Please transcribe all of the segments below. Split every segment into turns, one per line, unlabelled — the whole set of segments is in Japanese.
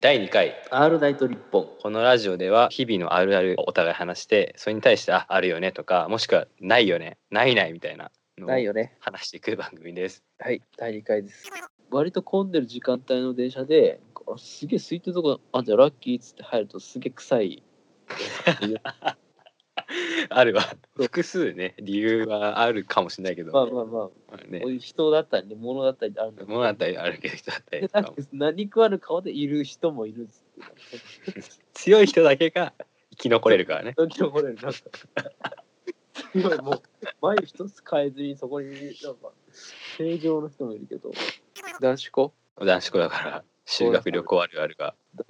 第2回
R ナイト日本
このラジオでは日々のあるあるをお互い話してそれに対してああるよねとかもしくはないよねないないみたいなの
ない
を
よね
話していく番組です
はい第2回です割と混んでる時間帯の電車であすげえ空いてるとこあんじゃんラッキーっつって入るとすげえ臭い
あるわ
そう
複数ね理由はあるかもしれないけど、
まあまあまあ、
まあ
こう
ね
いう人だったりね物だったりあるんだけど
物だったりあるけど人だったり
で
と
な
か
んか
も
何食わぬ顔でいる人もいるっつって
強い人だけが生き残れるからね
ドキドキれるなんかすごいもう眉一つ変えずにそこになんか正常の人もいるけど男子校
男子校だから修学旅行あるあるが
だ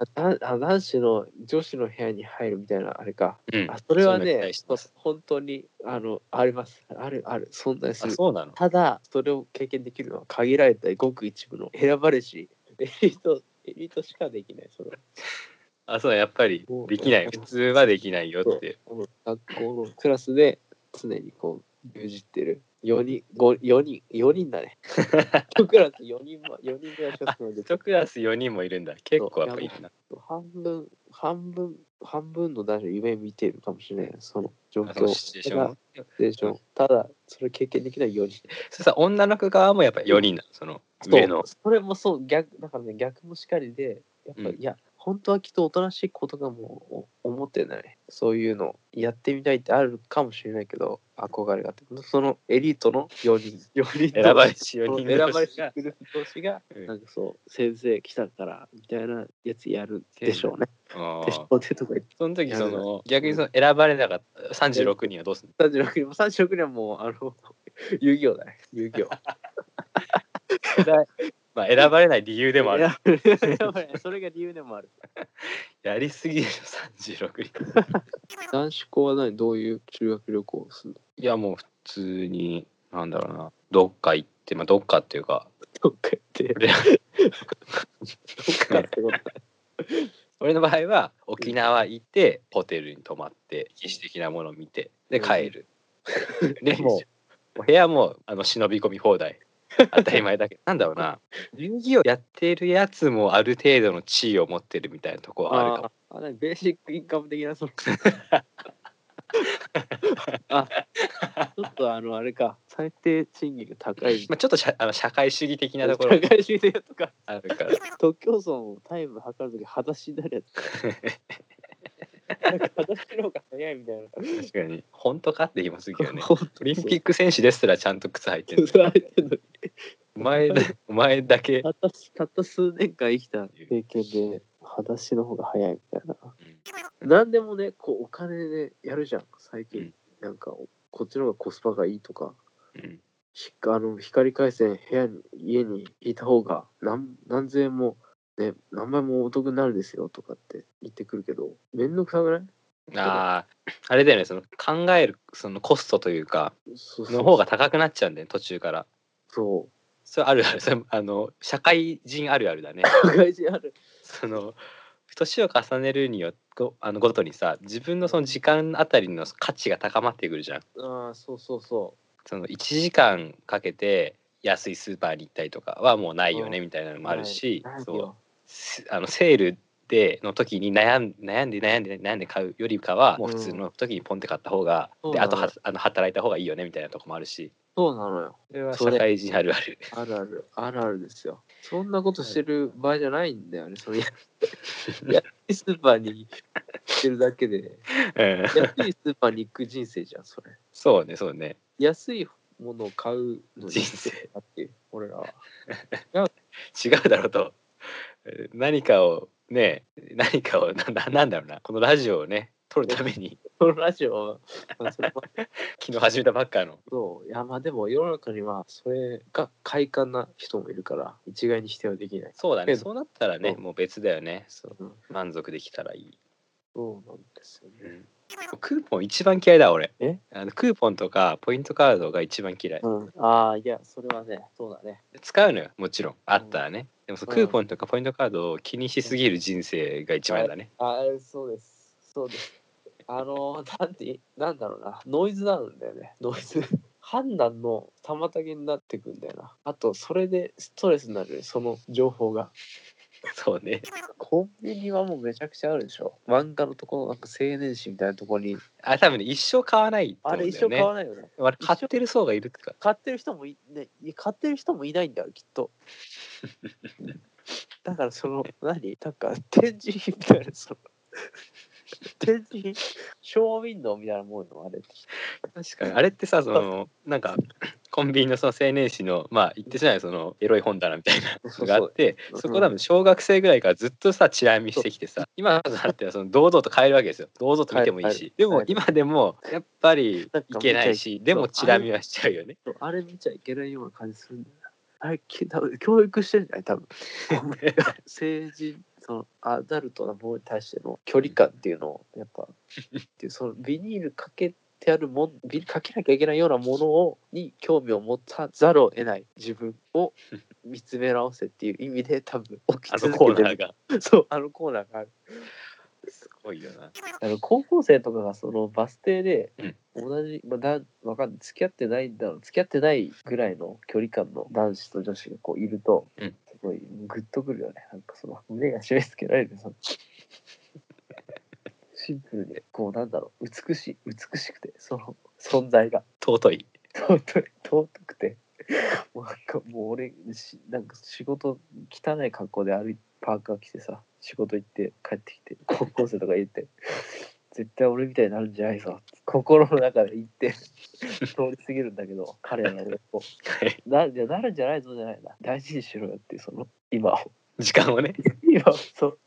あ男子の女子の部屋に入るみたいなあれか
うん
あそれは
んな期
ね
待してます
そう本当にあのありますあるある存在す
あ
る
そうなの
ただそれを経験できるのは限られたごく一部の選ばれしエリートエリートしかできないそれは
あそうやっぱりできない普通はできないよって
この学校のクラスで常にこう牛耳ってる4人5 4人4人だ ね一クラス4人も4人ぐらいしか住んで
一クラス4人もいるんだ結構やっぱいるな
半分半分半分の男女夢見てるかもしれないその状
あそ
況
のシチュエーションも
でしょただそれ経験できない4人
それさ女の子側もやっぱ4人なのその上の
そうそれもそう逆だからね逆もしかりでやっぱ、
うん
いや本当はきっとおとなしいことがもうお思ってないそういうのやってみたいってあるかもしれないけど憧れがあってそのエリートの4人4人
選ばれし4
その
人
選ばれし
が
グループ同士が
うん
なんかそう先生来たからみたいなやつやるでしょう ね
あ
でし
ー
ょうねとか言って
その時そ
やる
の逆にその選ばれなかった36人はどうするの
36人も36人はもうあの 遊戯王だね遊戯王だ
まあ選ばれない理由 でもある
い ややばいそれが理由でもある
やりすぎでしょ36人
男子校は何どういう修学旅行をするの
いやもう普通になんだろうなどっか行ってまあどっかっていうか
どっか行ってど
俺ら
っかってこと
俺の場合は沖縄行ってホテルに泊まって歴史的なものを見てで帰る、でもうもう部屋もあの忍び込み放題当たり前だけどなんだろうな遊戯をやってるやつもある程度の地位を持ってるみたいなとこはあるかも
ああ何ベーシックインカム的なそのあちょっとあのあれか最低賃金が高い
まあ、ちょっと社あの社会主義的なところ
社
も
会主義的なとか
あるから
特許村をタイム測るとき裸足になるやつなんか裸足の方が早いみたい
確かに本当かって言いますけど
な
ね
本当に
オリンピック選手ですらちゃんと靴履いてる
そう相手の
お前だお前だけ
たったたった数年間生きた経験で裸足の方が早いみたいな何でもねこうお金でやるじゃん最近、
うん
なんかおこっちの方がコスパがいいとか
うん
ひあの光回線部屋に家にいた方が何何千円も、ね、何倍もお得になるですよとかって言ってくるけど面倒くさくない
あーあれだよねその考えるそのコストというか
そうそう
の方が高くなっちゃうんだよね途中から
そう
それあるあるそれあの社会人あるある だね
外人ある
その年を重ねるによごあのごとにさ自分のその時間あたりの価値が高まってくるじゃん
ああそうそうそ
その1時間かけて安いスーパーに行ったりとかはもうないよね
う
みたいなの
う
もあるし、
はい
そうすあのセールでの時に悩ん悩んで悩んで悩んで買うよりかはもう普通の時にポンって買った方が、
うん
であと
そうな
はあの働いた方がいいよねみたいなとこもあるし
そうなのよ
それは
それ
社会人あるある
あるある、あるあるですよ。そんなことしてる場合じゃないんだよね。そのや 安いスーパーに行ってるだけで、
うん
安いスーパーに行く人生じゃん、それ。
そうねそうね
安いものを買うのに
人生
だって、俺らは。
違うだろうとえー何かをね何かをなななんだろうなこのラジオをね撮るため に
このラジオは、まあ、それは
昨日始めたばっかの
そう、いや、まあでも世の中にはそれが快感な人もいるから、一概に否定はできない。
そうだ
け
ね
ど
そうなったらね
うん
もう別だよねそう
うん
満足できたらいい、
そうなんですよね。
クーポン一番嫌いだ俺
え
あのクーポンとかポイントカードが一番嫌い
うん、ああ、いや、それはね、そうだね。
使うのよもちろんあったらね、でもその
うん
クーポンとかポイントカードを気にしすぎる人生が一番嫌だね、
あそうです。そうです。あのー、なんて、なんだろうな。ノイズなんだよね。ノイズ。判断の妨げになってくんだよな。あと、それでストレスになるよね、その情報が。
そうね。
コンビニはもうめちゃくちゃあるでしょ漫画のところなんか青年誌みたいなところに
あ、多分ね、一生買わないと
あ
思う
れ
ん
一
だよ
生
ね。
買わないよね
あれ買ってる層がいるってか。
買ってる人もい、ね、買ってる人もいないんだよきっ とだからその何なんか展示品みたいなその展示 品ショーウィンドウみたいなもんのあれ
確かに。あれってさ、その、なんか、コンビニのその青年誌の、まあ、言ってしまえばその、エロい本棚みたいな のがあって、
そうそう
そこ多分小学生ぐらいからずっとさ、チラ見してきてさ、今となってはその、堂々と買えるわけですよ。堂々と見てもいい
買え
し
る。
で
買
も
え、る
今でも、やっぱり
なんか、
いけないし、でも、チラ見はしちゃうよね。
あれ見ちゃいけないような感じするんだよなあれき多分教育してるんじゃない多分成人そのアダルトなものに対しての距離感っていうのをやっぱっていうそのビニールかけてあるもんビニールかけなきゃいけないようなものをに興味を持たざるを得ない自分を見つめ直せっていう意味で多分起
あ
き
の
続
コ
け
ー
て
ナー
る
が。
そうあのコーナーがある
すごいよな。
あの高校生とかがそのバス停で
うん
同じ、まあ、だわかんない付き合ってないんだろう付き合ってないぐらいの距離感の男子と女子がこういると、
うん
すごいグッとくるよねなんかその胸が締め付けられるそのシンプルでこうなんだろう美しい美しくてその存在が
尊い。
尊い 尊くてもうなんかもう俺しなんか仕事汚い格好で歩いパーカー着てさ仕事行って帰ってきて高校生とか言って絶対俺みたいになるんじゃないぞって心の中で言って通り過ぎるんだけど彼らのこ
はい。
うなるいやなるんじゃないぞじゃないな大事にしろよっていうその今を
時間をね。
今をそう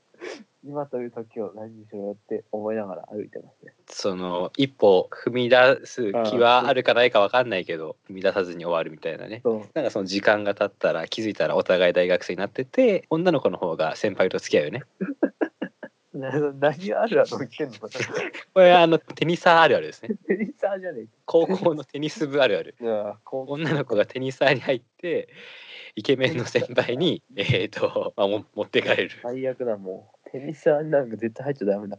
今という時を大事にしろよって思いながら歩いてますね
その一歩踏み出す気はあるかないかわかんないけど踏み出さずに終わるみたいなね
そう
なんかその時間が経ったら気づいたらお互い大学生になってて女の子の方が先輩と付き合うよね
な何あるある言ってんのか な
これあのテニサーあるあるです ね
テニサーじゃねえ
高校のテニス部あるある
いや高
女の子がテニサーに入ってイケメンの先輩にえっ、と、まあ、も持ってかれる
最悪だもうテニスはなんか絶対入っちゃダメだ